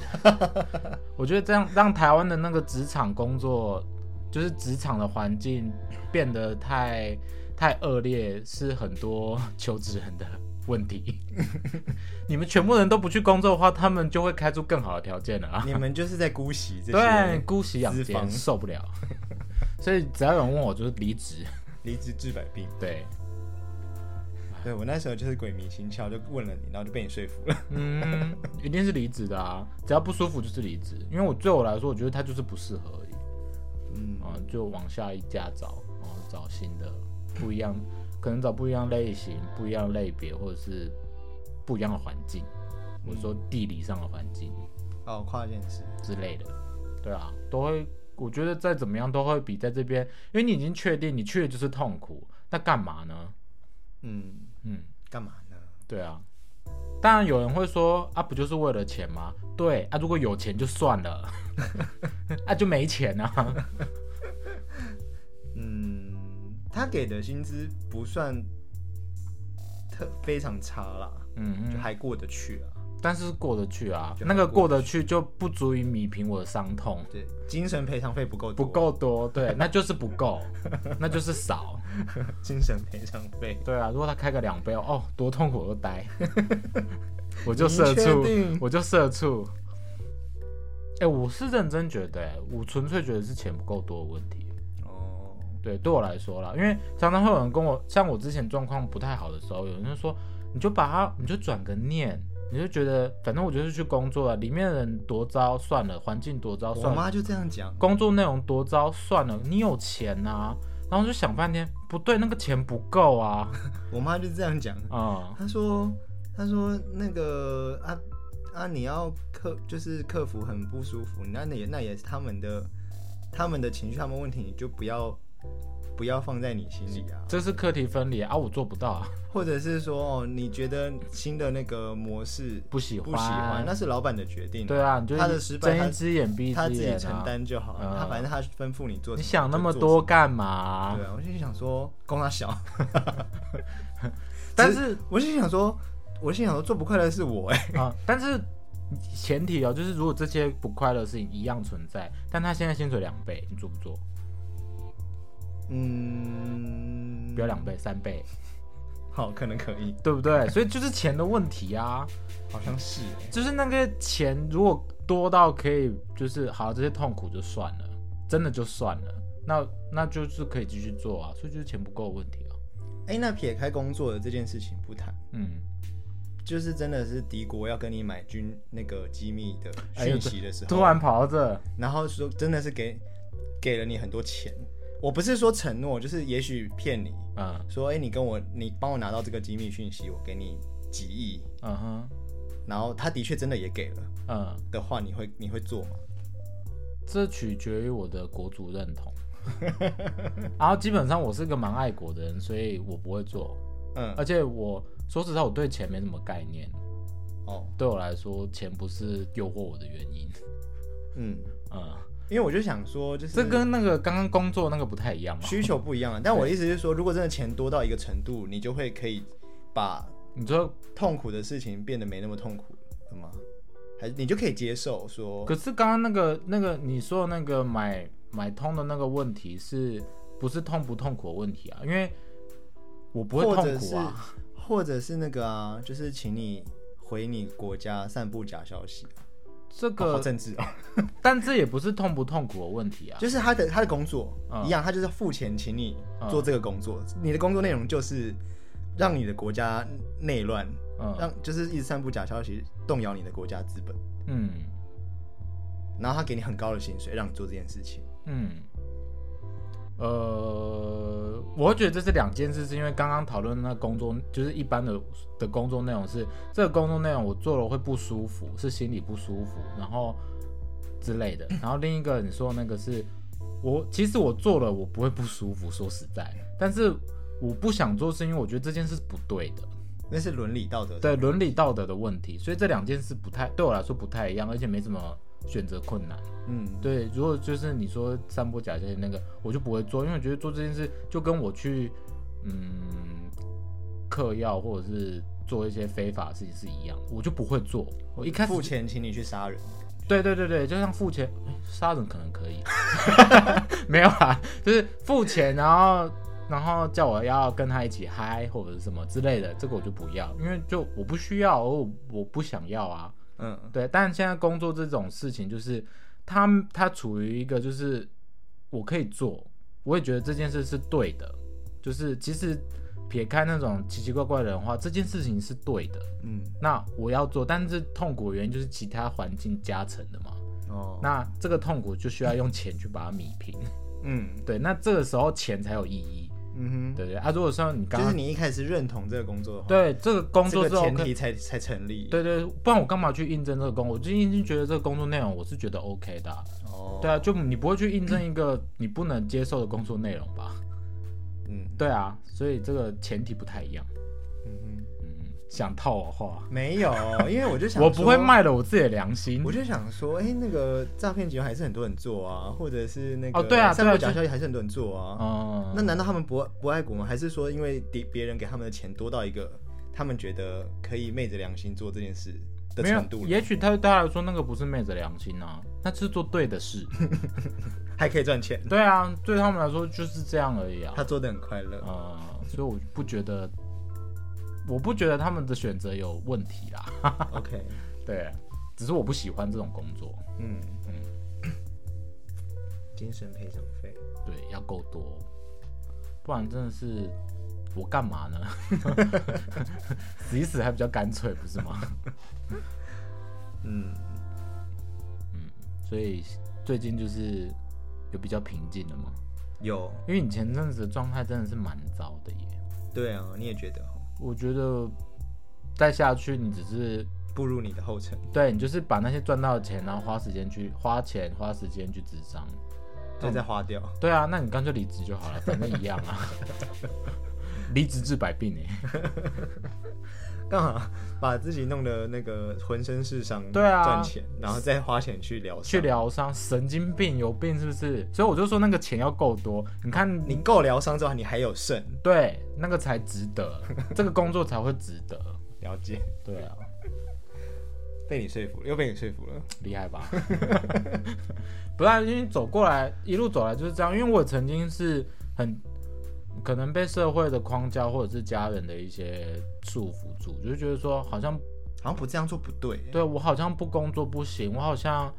我觉得这样让台湾的那个职场工作就是职场的环境变得太太恶劣，是很多求职人的 问题。你们全部人都不去工作的话，他们就会开出更好的条件了啊！
你们就是在姑息 这
对，
些
姑息养
资
奸
方
受不了，所以只要有人问我，就是离职。
离职治百病。
对，
对我那时候就是鬼迷心窍，就问了你，然后就被你说服了。
嗯，一定是离职的啊，只要不舒服就是离职，因为我对我来说，我觉得他就是不适合而已。
嗯，
啊，就往下一家找，然后找新的不一样，可能找不一样类型、不一样类别，或者是不一样的环境，或者说地理上的环境
哦，跨件事，
之类的，对啊，都会，我觉得再怎么样都会比在这边，因为你已经确定你去的就是痛苦，那干嘛呢？
嗯，
嗯，
干嘛呢？
对啊，当然有人会说啊，不就是为了钱吗？对啊，如果有钱就算 了，啊就没钱啊，
嗯，他给的薪资不算特非常差啦，
嗯嗯
就。还过得去啊。
但是过得去啊，
就
那
还
个
过
过得去就不足以弥平我的伤痛，
对，精神赔偿费不够多，
不够多，对，那就是不 够，那就是少，
精神赔偿费。
对啊，如果他开个两杯哦，多痛苦我都 呆，我就
你
社
确
畜，
定
我就社畜。哎、我是认真觉得、哎，我纯粹觉得是钱不够多的问题。
哦，
对，对我来说啦，因为常常会有人跟我，像我之前状况不太好的时候，有人就说，你就把它，你就转个念，你就觉得反正我就是去工作啊了，里面的人多糟算了，环境多糟
我
算了，
妈就这样讲。
工作内容多糟算了，你有钱呐、然后就想半天，不对，那个钱不够啊，
我妈就是这样讲，
嗯，
她说，她说那个啊啊，你要克就是客服很不舒服，那那也那也是他们的他们的情绪，他们问题，你就不要不要放在你心里啊，
这是课题分离啊，我做不到啊，
或者是说哦，你觉得新的那个模式
不喜欢，啊
不喜欢，那是老板的决定，
对啊，你就
他的失败
睁
他
一只眼闭一
他
只
自己
眼
承
啊，
担就好了，
嗯
他反正他吩咐你做什么，
你想那么
就做
多
什
干
么，
嘛？
对啊，我就想说供他小，
但是
我就想说，我心想说做不快乐的是我哎、
啊、但是前提哦，就是如果这些不快乐的事情一样存在，但他现在薪水两倍，你做不做？
嗯，
不要两倍，三倍，
好，可能可以，
对不对？所以就是钱的问题啊，
好像是哎、
就是欸那个钱如果多到可以，就是好这些痛苦就算了，真的就算了，那那就是可以继续做啊，所以就是钱不够的问题啊。
哎、那撇开工作的这件事情不谈，
嗯，
就是真的是敌国要跟你买军那个机密的
哎呦
讯息的时候，
突然跑到这，
然后说真的是给给了你很多钱，我不是说承诺，就是也许骗你
嗯
说，哎、你跟我你帮我拿到这个机密讯息，我给你几亿，
嗯哼，
然后他的确真的也给了
嗯，
的话，你会你会做吗？
这取决于我的国族认同。然后基本上我是个蛮爱国的人，所以我不会做。
嗯，
而且我说实话，我对钱没什么概念。
哦，
对我来说，钱不是诱惑我的原因。
嗯，
嗯，
因为我就想说，就是
这跟那个刚刚工作那个不太一样嘛。
需求不一样啊。但我的意思是说，如果真的钱多到一个程度，你就会可以把
你说，
痛苦的事情变得没那么痛苦了吗？还是你就可以接受说，
可是刚刚那个那个你说的那个买买通的那个问题是，不是痛不痛苦的问题啊？因为我不会
或
痛
者
苦
是
啊。
或者是那个啊，就是请你回你国家散布假消息，
这
哦好
个，啊
政治哦，
但这也不是痛不痛苦的问题啊。
就是他的他的工作、
嗯
一样，他就是付钱请你做这个工作，你的工作内容就是让你的国家内乱，
嗯
让就是一直散布假消息，动摇你的国家资本，
嗯
然后他给你很高的薪水让你做这件事情。
嗯，呃，我会觉得这是两件事，是因为刚刚讨论那个工作，就是一般的的工作内容是这个工作内容我做了会不舒服，是心里不舒服，然后之类的。然后另一个你说那个是我其实我做了我不会不舒服，说实在，但是我不想做是因为我觉得这件事是不对的，
那是伦理道德。
对伦理道德的问题，所以这两件事不太对我来说不太一样，而且没什么选择困难。
嗯，
对，如果就是你说散播假消息那个，我就不会做，因为我觉得做这件事就跟我去嗯嗑药或者是做一些非法的事情是一样，我就不会做。我一开始
付钱请你去杀人，
对对对对，就像付钱诶杀人可能可以， 没有啦，就是付钱，然后然后叫我要跟他一起嗨或者是什么之类的，这个我就不要，因为就我不需要，我我不想要啊。
嗯，
对，但现在工作这种事情，就是他他处于一个就是我可以做，我也觉得这件事是对的，就是其实撇开那种奇奇怪怪的人的话，这件事情是对的，
嗯，
那我要做，但是痛苦的原因就是其他环境加成的嘛，
哦，
那这个痛苦就需要用钱去把它弥平，
嗯
对，那这个时候钱才有意义，
嗯
对对啊，如果说你
哼，
刚
就是
刚
你一开始认同这个工作的话，
对这个工
这
作
个
之后
前
可以。
提才才成立。，
对对，不然我干嘛去应征这个工作？我就已经觉得这个工作内容我是觉得 OK 的啊、
哦，
对啊，就你不会去印证一个你不能接受的工作内容吧？
嗯
对啊，所以这个前提不太一样。
嗯哼，
嗯，想套我话，
没有，因为我就想，
我不会。卖了我自己的良心
我。就想说，哎、那个诈骗集团还是很多人做啊，或者是那个
哦对啊
散
对啊
布
就
假消息还是很多人做啊。
嗯，
那难道他们不不爱国吗？还是说因为别别人给他们的钱多到一个他们觉得可以昧着良心做这件事的
没有
程度，了，
也许他对他来说那个不是昧着良心啊，那是做对的事。
还可以赚钱？
对啊，对他们来说就是这样而已啊
他。做的很快乐。
呃，所以我不觉得，我不觉得他们的选择有问题啦。
OK，
对，只是我不喜欢这种工作。
嗯嗯，精神赔偿费。
对，要够多哦，不然真的是我干嘛呢？死一死还比较干脆，不是吗？
嗯，
所以最近就是有比较平静了嘛，
有，
因为你前阵子的状态真的是蛮糟的耶，
对啊，你也觉得哦
我觉得再下去你只是
步入你的后尘，
对你就是把那些赚到的钱，然后花时间去花钱花时间去智商。
再再花掉。
对啊，那你干脆离职就好了，反正一样啊。 离职治百病哎，
干嘛把自己弄得那个浑身是伤？
对啊
赚钱，然后再花钱去疗伤
去。疗伤，神经病，有病是不是？所以我就说那个钱要够多，你看
你够疗伤之后，你还有剩，
对那个才值得，这个工作才会值得。
了解？
对啊，
被你说服了，又被你说服了。
厉害吧？ 不然因为走过来一路走来就是这样，因为我曾经是很可能被社会的框架或者是家人的一些束缚住，就是觉得说好像
好像不这样做不对。
对我好像不工作不行，我好像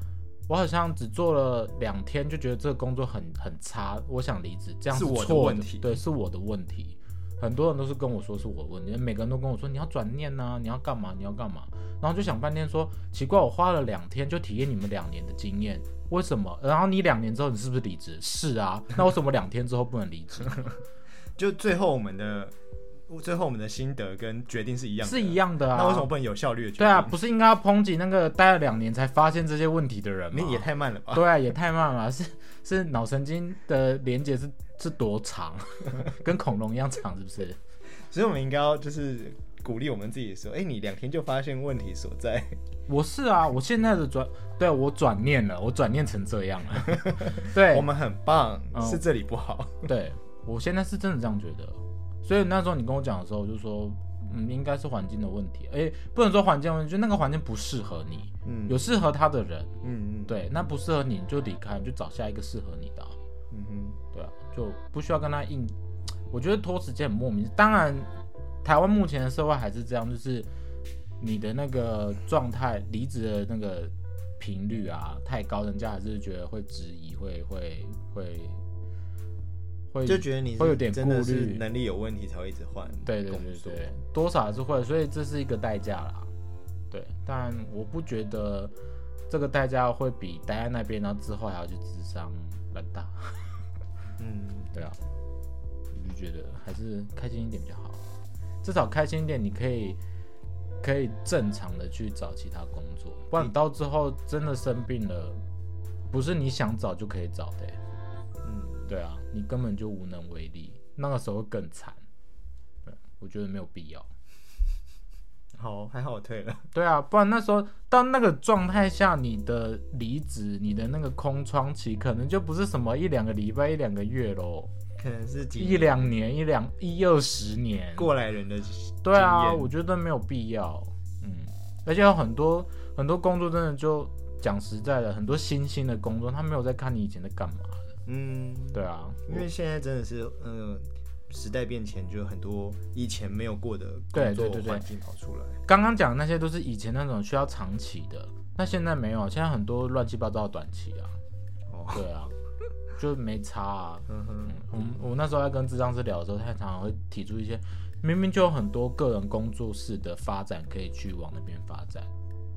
我好像只做了两天就觉得这个工作很很差，我想离职，这样
是我的
错
问题
对，是我的问题。很多人都是跟我说是我的问题，每个人都跟我说你要转念呐、你要干嘛，你要干嘛，然后就想半天说奇怪，我花了两天就体验你们两年的经验，为什么？然后你两年之后你是不是离职？是啊，那为什么两天之后不能离职？
就最后我们的，最后我们的心得跟决定是一样的，
是一样的啊。
那为什么不能有效率的决定？
对啊，，不是应该要抨击那个待了两年才发现这些问题的人吗？
你也太慢了吧？
对啊，也太慢了，是 是脑神经的连接是是多长， 跟恐龙一样长，是不是？
所以我们应该要就是鼓励我们自己说，哎、你两天就发现问题所在，
我是啊，我现在的转，对啊我转念了，我转念成这样 了，对
我们很棒，
嗯
是这里不好。
对，我现在是真的这样觉得，所以那时候你跟我讲的时候，我就说，嗯，应该是环境的问题，哎、不能说环境的问题，就那个环境不适合你，
嗯
有适合他的人，
嗯嗯，
对，那不适合你你就离开，你就找下一个适合你的啊、
嗯哼，
对啊，就不需要跟他硬。我觉得拖时间很莫名。当然，台湾目前的社会还是这样，就是你的那个状态，离职的那个频率啊太高，人家还是觉得会质疑，会会会会，
就觉得你是
会有点
真的
顾
是
虑
能力有问题才会一直换
对对
工
对
作
对，多少还是会，所以这是一个代价啦。对，但我不觉得这个代价会比待在那边，然后之后还要去智商来大。
嗯，
对啊，我就觉得还是开心一点比较好，至少开心一点，你可以可以正常的去找其他工作，不然你到之后真的生病了，不是你想找就可以找的欸、
嗯，
对啊，你根本就无能为力，那个时候会更惨。对，我觉得没有必要。
好，还好我退了。
对啊，不然那时候到那个状态下，你的离职，你的那个空窗期，可能就不是什么一两个礼拜、一两个月喽，
可能是几
一两年、一两一二十年。
过来人的
对啊，
经验
我觉得没有必要。嗯，而且有很多很多工作真的就讲实在的，很多新兴的工作，他没有在看你以前在干嘛。
嗯，
对啊，
因为现在真的是，嗯、时代变迁，就有很多以前没有过的
对
工
对
作
对对
环境跑出来。
刚刚讲的那些都是以前那种需要长期的，那现在没有，现在很多乱七八糟的短期啊。
哦，
对啊，就没差啊。
嗯哼，
我们我那时候在跟智障师聊的时候，他常常会提出一些，明明就有很多个人工作室的发展可以去往那边发展，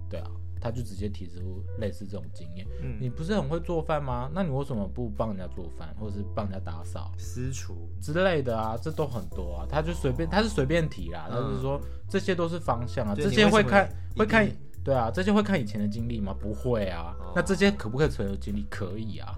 对啊，他就直接提出类似这种经验。
嗯，
你不是很会做饭吗？那你为什么不帮人家做饭，或者是帮人家打扫？
私厨，
之类的啊，这都很多啊，他就随便，他是随便提啦，
嗯
他是说这些都是方向啊，
对
这些会看
你为什么一定
会看，对啊，这些会看以前的经历吗？不会啊，
哦
那这些可不可以存有经历？可以啊，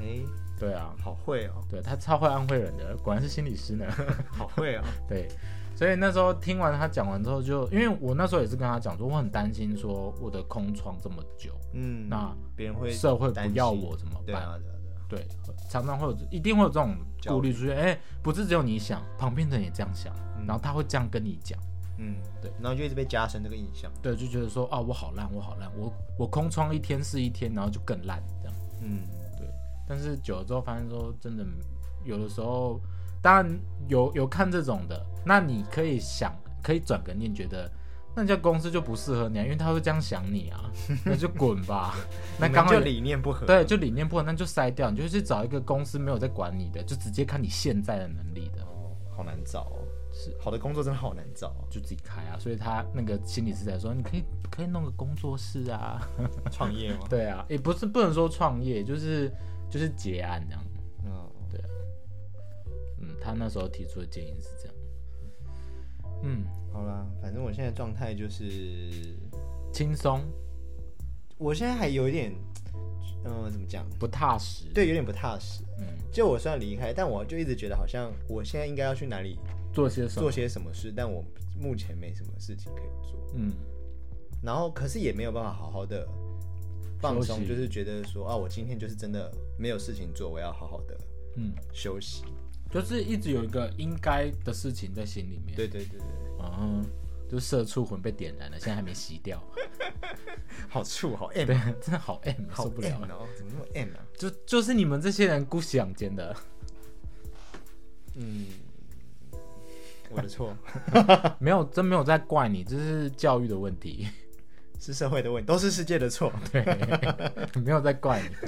哎、
对啊，
好会哦，
对他超会安慰人的，果然是心理师呢。
好会哦，
对，所以那时候听完他讲完之后就，因为我那时候也是跟他讲说，我很担心说我的空窗这么久，
嗯，
那
别人会
社会不
担
要
心
我怎么
对
办？
啊，对啊，对啊，
对，常常会有，一定会有这种顾虑出现。哎、不是只有你想，旁边的人也这样想，
嗯
然后他会这样跟你讲，
嗯，
对，
然后就一直被加深这个印象，
对，就觉得说啊，我好烂，我好烂，我我空窗一天是一天，然后就更烂这样。
嗯，
但是久了之后，发现说真的，有的时候，当然有有看这种的，那你可以想，可以转个念，觉得。那家公司就不适合你、啊，因为他会这样想你啊，那就滚吧。那
你们
刚好
就理念不合，
对，就理念不合，那就筛掉，你就去找一个公司没有在管你的，就直接看你现在的能力的，
哦，好难找哦，
是
好的工作真的好难找哦，
就自己开啊。所以他那个心理师才说，你可以可以弄个工作室啊，
创业吗？
对啊，也不是不能说创业，就是就是结案这样。
嗯，
嗯，他那时候提出的建议是这样。嗯，
好啦，反正我现在状态就是，
轻松
我现在还有一点，嗯、怎么讲？
不踏实。，
对，有点不踏实。
嗯，
就我虽然离开，但我就一直觉得好像我现在应该要去哪里
做些什么？
做些什么事，但我目前没什么事情可以做。
嗯，
然后可是也没有办法好好的放
休
松，
息
就是觉得说啊，我今天就是真的没有事情做，我要好好的
嗯，
休息。
就是一直有一个应该的事情在心里面。
对对对对，
嗯，就社畜魂被点燃了，现在还没熄掉。
好处好 M，
对，真的好 M，
好
受不了
M
了。
哦，怎么那么 M 啊？
就就是你们这些人姑息养奸的，
嗯，我的错，
没有真没有在怪你，这是教育的问题，
是社会的问题，都是世界的错。
对，没有在怪你。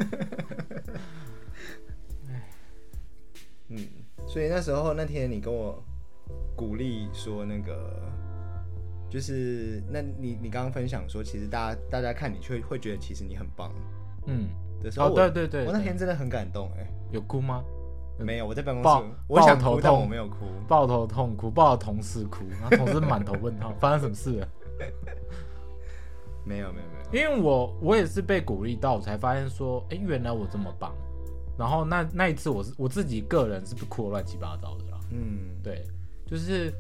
嗯，所以那时候那天你跟我鼓励说那个，就是那你你刚刚分享说，其实大家大家看你却会觉得其实你很棒
嗯，
的时候，
哦，
我
对对对，
我那
对
天真的很感动哎、
有哭吗？
没有我在办公
爆
室，我想
爆头
哭但我
痛
没有哭，
抱头痛哭，抱着同事哭，然后同事满头问号，发 生什么事了？
没有没有没有，
因为我我也是被鼓励到，我才发现说，哎，原来我这么棒。然后那那一次我是我自己个人是哭的乱七八糟的啦，
嗯，
对，就是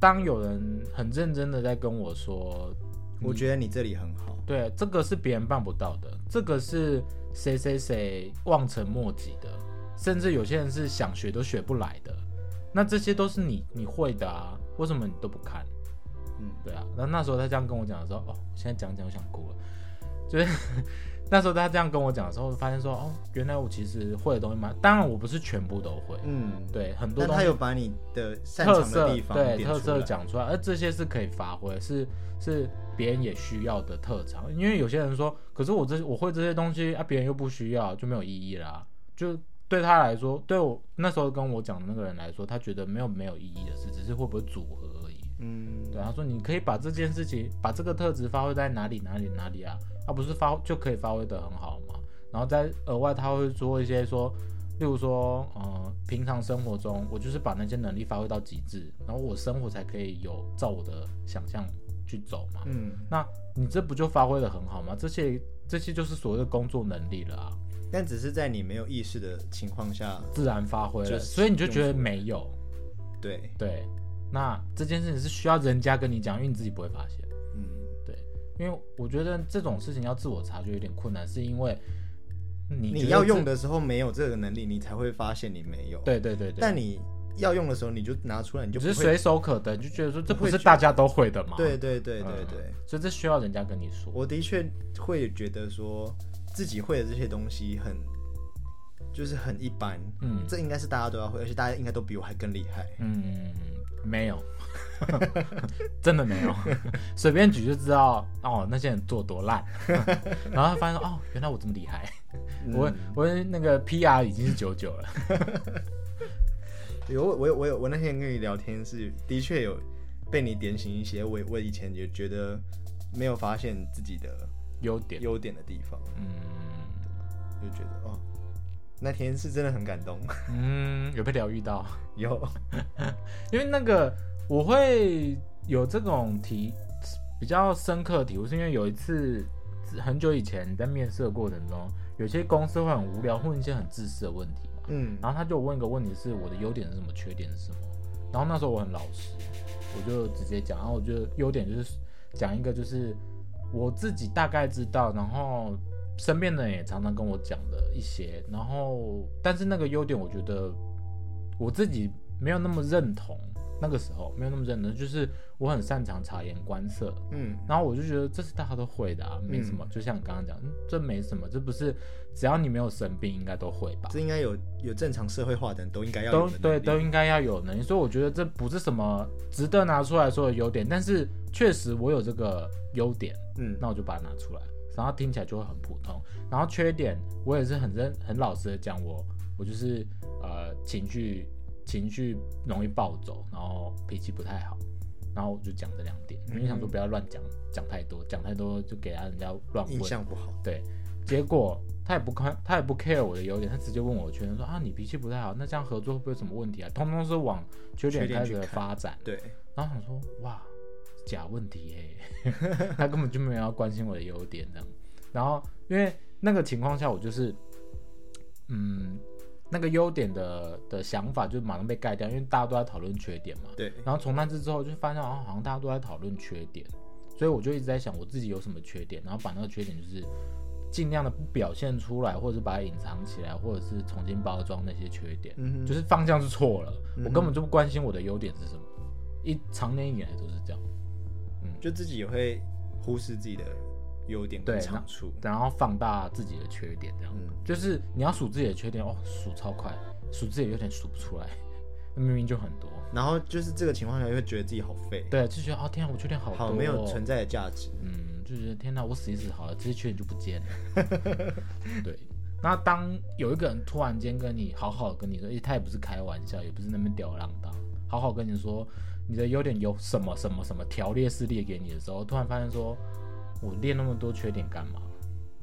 当有人很认真的在跟我说，
我觉得你这里很好，
对，这个是别人办不到的，这个是谁谁谁望尘莫及的，甚至有些人是想学都学不来的。那这些都是你你会的啊，为什么你都不看？
嗯，
对啊，那那时候他这样跟我讲的时候，哦，我现在讲一讲我想哭了，就是那时候他这样跟我讲的时候，我发现说，哦，原来我其实会的东西蛮，当然我不是全部都会，
嗯，
对，很多
但
东
他
西
有把你的擅
特
长的
色
地方
对
点
特
出
色
来，
讲出来，而这些是可以发挥，是是别人也需要的特长。因为有些人说，可是我这我会这些东西啊，别人又不需要，就没有意义啦、就对他来说，对我那时候跟我讲的那个人来说，他觉得没有没有意义的事，只是会不会组合而已。
嗯，
对，他说你可以把这件事情，把这个特质发挥在哪里哪里哪里啊，他、不是发就可以发挥得很好嘛。然后再额外他会做一些说，例如说，呃，平常生活中我就是把那些能力发挥到极致，然后我生活才可以有照我的想象去走嘛。
嗯，
那你这不就发挥得很好吗？这些这些就是所谓的工作能力了啊，
但只是在你没有意识的情况下，
自然发挥
就
了，
是
所以你就觉得
用出来
没有
对，
对。那这件事情是需要人家跟你讲，因为你自己不会发现。
嗯。
因为我觉得这种事情要自我察觉有点困难，是因为你觉
你
得
要
自
用的时候没有这个能力，你才会发现你没有。，
对对对对，
但你要用的时候你就拿出来，你就
只
不
是
会
随手可得，你就觉得说这
不
不
会
是
觉
大家都会的嘛？
对对对对
嗯
对，
所以这需要人家跟你说。
我的确会觉得说自己会的这些东西很，就是很一般。
嗯
这应该是大家都要会，而且大家应该都比我还更厉害。
嗯，没有， 真的没有， 随便举就知道哦，那些人做多烂， 然后他发现哦，原来我这么厉害，
嗯
我我那个 PR 已经是九九了，
有我有我有我那天跟你聊天是的确有被你点醒一些，我我以前也觉得没有发现自己的
优点，
优点的地方，
嗯
就觉得哦，那天是真的很感动。
嗯， 有被疗愈到，
有，
因为那个我会有这种题比较深刻的体悟，是因为有一次很久以前在面试的过程中，有些公司会很无聊，问一些很自私的问题嘛，
嗯
然后他就问一个问题是我的优点是什么，缺点是什么。然后那时候我很老实，我就直接讲。然后我觉得优点就是讲一个就是我自己大概知道，然后身边的人也常常跟我讲的一些。然后但是那个优点我觉得我自己没有那么认同，那个时候没有那么认同，就是我很擅长察言观色，
嗯
然后我就觉得这是大家都会的啊，没什么。就像你刚刚讲，嗯这没什么，这不是只要你没有生病应该都会吧？
这应该有有正常社会化的人都应该要有
都
的能
对
力
都应该要有能力，所以我觉得这不是什么值得拿出来说的优点，但是确实我有这个优点，
嗯
那我就把它拿出来，然后听起来就会很普通。然后缺点我也是很认很老实的讲我，我就是呃情绪情绪容易暴走，然后脾气不太好，然后我就讲这两点，因为
嗯
想说不要乱讲讲太多，讲太多就给他人家乱
印
问，
象不好。
对，结果他也不看，他也不 care 我的优点，他直接问我缺点，说啊你脾气不太好，那这样合作会不会有什么问题啊？通通是往缺点
缺点
开
去
始
看
发展，
对，
然后想说哇假问题耶、 他根本就没有要关心我的优点这样。然后因为那个情况下，我就是嗯那个优点的的想法就马上被盖掉，因为大家都在讨论缺点嘛。
对，
然后从那次之后，就发现哦，好像大家都在讨论缺点，所以我就一直在想我自己有什么缺点，然后把那个缺点就是尽量的不表现出来，或者是把它隐藏起来，或者是重新包装那些缺点，
嗯哼，
就是是方向是错了，
嗯哼
我根本就不关心我的优点是什么，一常年以来都是这样。
就自己也会忽视自己的优点跟
对
长处。
然后放大自己的缺点，这样、
嗯
就是你要数自己的缺点哦，数超快，数自己的优点数不出来， 那明明就很多，
然后就是这个情况下，会觉得自己好废，
对，就觉得哦天啊，我缺点好多、哦，
好没有存在的价值。
嗯，就觉得天哪，我死一死好了，这些缺点就不见了。对，那当有一个人突然间跟你好好地跟你说，诶，他也不是开玩笑，也不是那边吊儿郎当，好好跟你说你的优点有什么什么什么条列式列给你的时候，突然发现说，我列那么多缺点干嘛？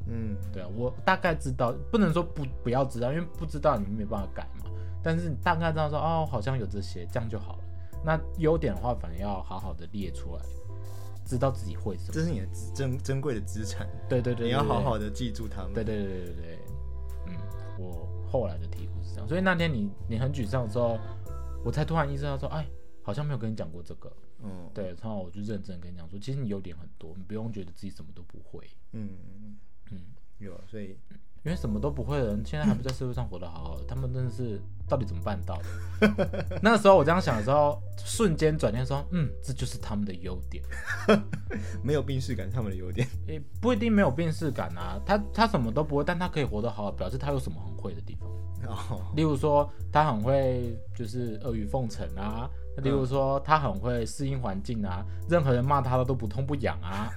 嗯，
对啊，我大概知道，不能说不不要知道，因为不知道你没办法改嘛。但是你大概知道说，哦，好像有这些，这样就好了。那优点的话，反而要好好的列出来，知道自己会什么。
这是你的资珍珍贵的资产，
对对对，
你要好
的。
好的记住他们。
对对对对对，嗯，我后来的体悟是这样，所以那天你你很沮丧的时候，我才突然意识到说，哎，好像没有跟你讲过这个。
嗯
对，然后我就认真跟你讲说，其实你优点很多，你不用觉得自己什么都不会，
嗯
嗯，
有啊，所以
因为什么都不会的人，现在还不在社会上活得好好的，他们真的是到底怎么办 到的？那时候我这样想的时候，瞬间转念说，嗯，这就是他们的优点。
没有病视感是他们的优点。
也不一定没有辨识感啊，他他什么都不会，但他可以活得好好，表示他有什么很会的地方。
哦，
例如说他很会就是阿谀奉承啊，例如说他很会适应环境啊，任何人骂他他都不痛不痒 啊，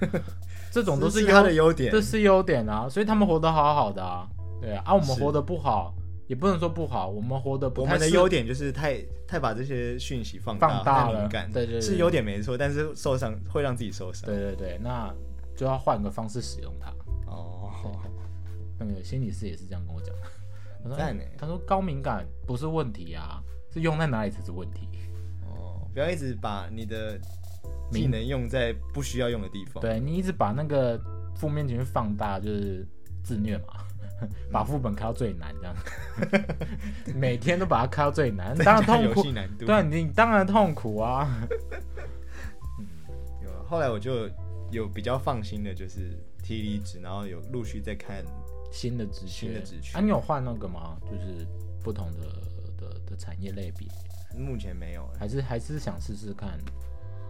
这种都
是
优
他的优点
这。是优点啊，所以他们活得好好的啊，对啊，啊我们
是
活得不好也不能说不好，我们活得不
我
太
们的
适
优点就是太太把这些讯息放
放大
太
了
敏感，
对对对
是优点没错，但是受伤会让自己受伤。
对对对，那就要换个方式使用它。
哦，
那个心理师也是这样跟我讲，他说、
赞
哎
欸
他说高敏感不是问题啊，是用在哪里才是问题。
哦，不要一直把你的技能用在不需要用的地方。
对你一直把那个负面情绪放大，就是自虐嘛，
嗯
把副本开到最难这样， 每天都把它开到 最难，
增
当然
加
痛
游
苦
戏，难度。
对啊你当然痛苦啊。
有啊后来我就有比较放心的，就是提离职，然后有陆续在看
新的职缺，
新的职缺
啊，你有换那个吗？就是不同的的的的产业类别，
目前没有欸。
还是还是想试试看，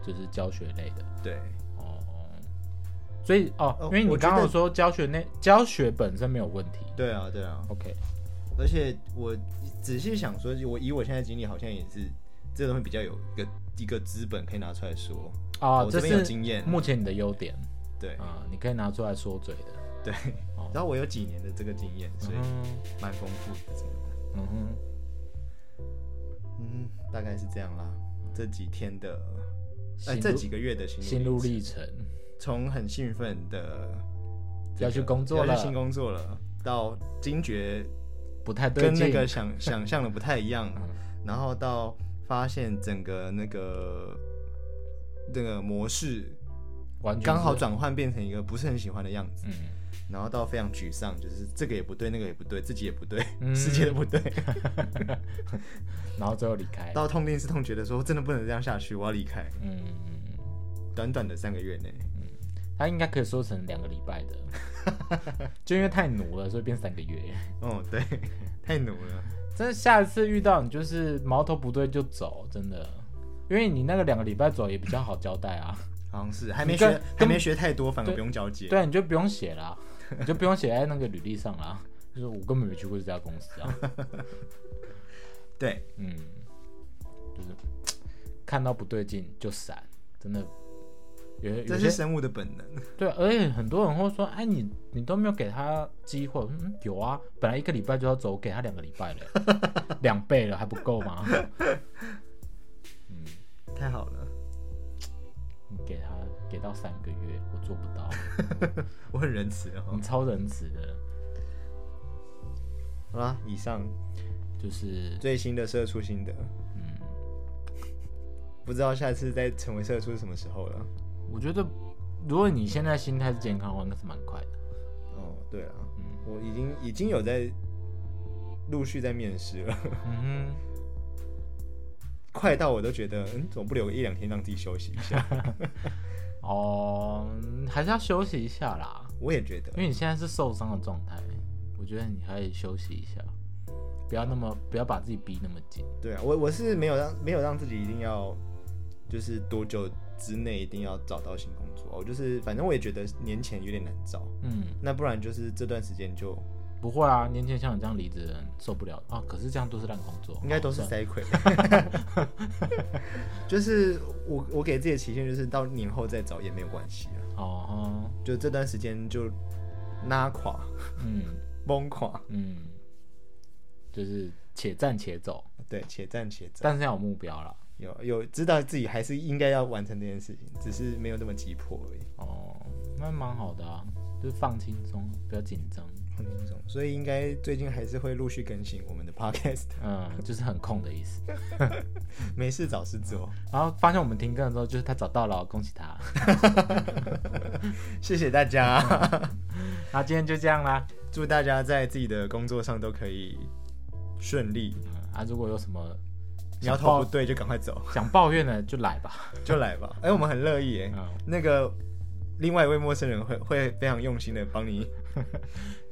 就是教学类的
对，
哦。所以哦，
呃
因为你
我觉
刚
得
刚有说教学内教学本身没有问题
对啊，对啊。
，OK，
而且我仔细想说，我以我现在的经历，好像也是这东西比较有一个一个资本可以拿出来说。我
哦，
这
这
边有
是
经验，
目前你的优点
对
啊、你可以拿出来说嘴的，
对
哦。
然后我有几年的这个经验，所以
嗯哼
蛮丰富的。真的
嗯哼。
嗯，大概是这样啦。这几天的，哎、
心
这
路
几个月的
心
心
路
路历
历程，
程，从很兴奋的、
要去工作
要
了
去新工作了，到惊觉
不太对
跟
劲。
那个想想象的不太一样啊
嗯，
然后到发现整个那个那个模式
完全
刚好
是，
转换变成一个不是很喜欢的样子，
嗯，
然后到非常沮丧，就是这个也不对，那个也不对，自己也不对，
嗯
世界都不对，
然后最后离开。
到痛定思痛，觉得说真的不能这样下去，我要离开。
嗯，嗯嗯
短短的三个月内，
他应该可以说成两个礼拜的， 就因为太奴了，所以变三个月。
哦，对， 太努了，
真的，下一次遇到你就是矛头不对就走，真的，因为你那个两个礼拜走也比较好交代啊。
好像是还没
你跟
学，还
跟
没学太多，反而
对
不用交接。
对啊，你就不用写啦，你就不用写在那个履历上啦。就是我根本没去过这家公司啊，
对，
嗯，就是看到不对劲就闪，真的。有有
这
些
是生物的本能。
对，而且很多人会说，哎，你你都没有给他机会，嗯，有啊，本来一个礼拜就要走，我给他两个礼拜了， 两倍了还不够吗？嗯，
太好了，
你嗯给他给到三个月，我做不到，嗯
我很仁慈哦
你。超仁慈的，
好啦，以上
就是
最新的社畜心得，
嗯，
不知道下次再成为社畜是什么时候了。
我觉得如果你现在心态是健康的话，那是蛮快的，
哦，对啊，
嗯
我已经已经有在陆续在面试了，
嗯
快到我都觉得，嗯，怎么不留个一两天让自己休息一 下？
哼，哦，还是要休息一下啦，
我也觉得
因，为你现在是受伤的状态，我觉得你可以休息一下，不要那么不要把自己逼那么紧。
对啊，我我是没有让没有让自己一定要，就是多久之内一定要找到新工作。啊我就是反正我也觉得年前有点难找，
嗯，
那不然就是这段时间就
不会啊，年前像你这样离职的人受不了啊。可是这样都是烂工作，
应该都是塞亏。 就是我我给自己的期限就是到年后再找也没有关系啊，
哦
就这段时间就拉垮
哈，嗯
崩垮，
嗯，就是且战且走，
对，且战且走。
但是要有目标啦。
有有知道自己还是应该要完成这件事情，只是没有那么急迫而已，
哦，那蛮好的啊，就是放轻松，不要紧张。
很轻松。所以应该最近还是会陆续更新我们的 podcast，
嗯，就是很空的意思。嗯
没事找事做。
然后发现我们停更的时候，就是他找到了，恭喜他。嗯
谢谢大家，
那今天就这样啦。
祝大家在自己的工作上都可以顺利。
嗯啊，如果有什么
苗
想
头
抱
不对就赶快走，
想抱怨的就来吧。
就来吧。哎、我们很乐意哎。
嗯，
那个另外一位陌生人会会非常用心的帮你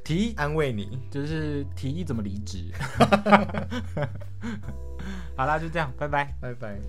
提议
安慰你。
就是提 议怎么离职。好啦，就这样，拜拜。
拜拜。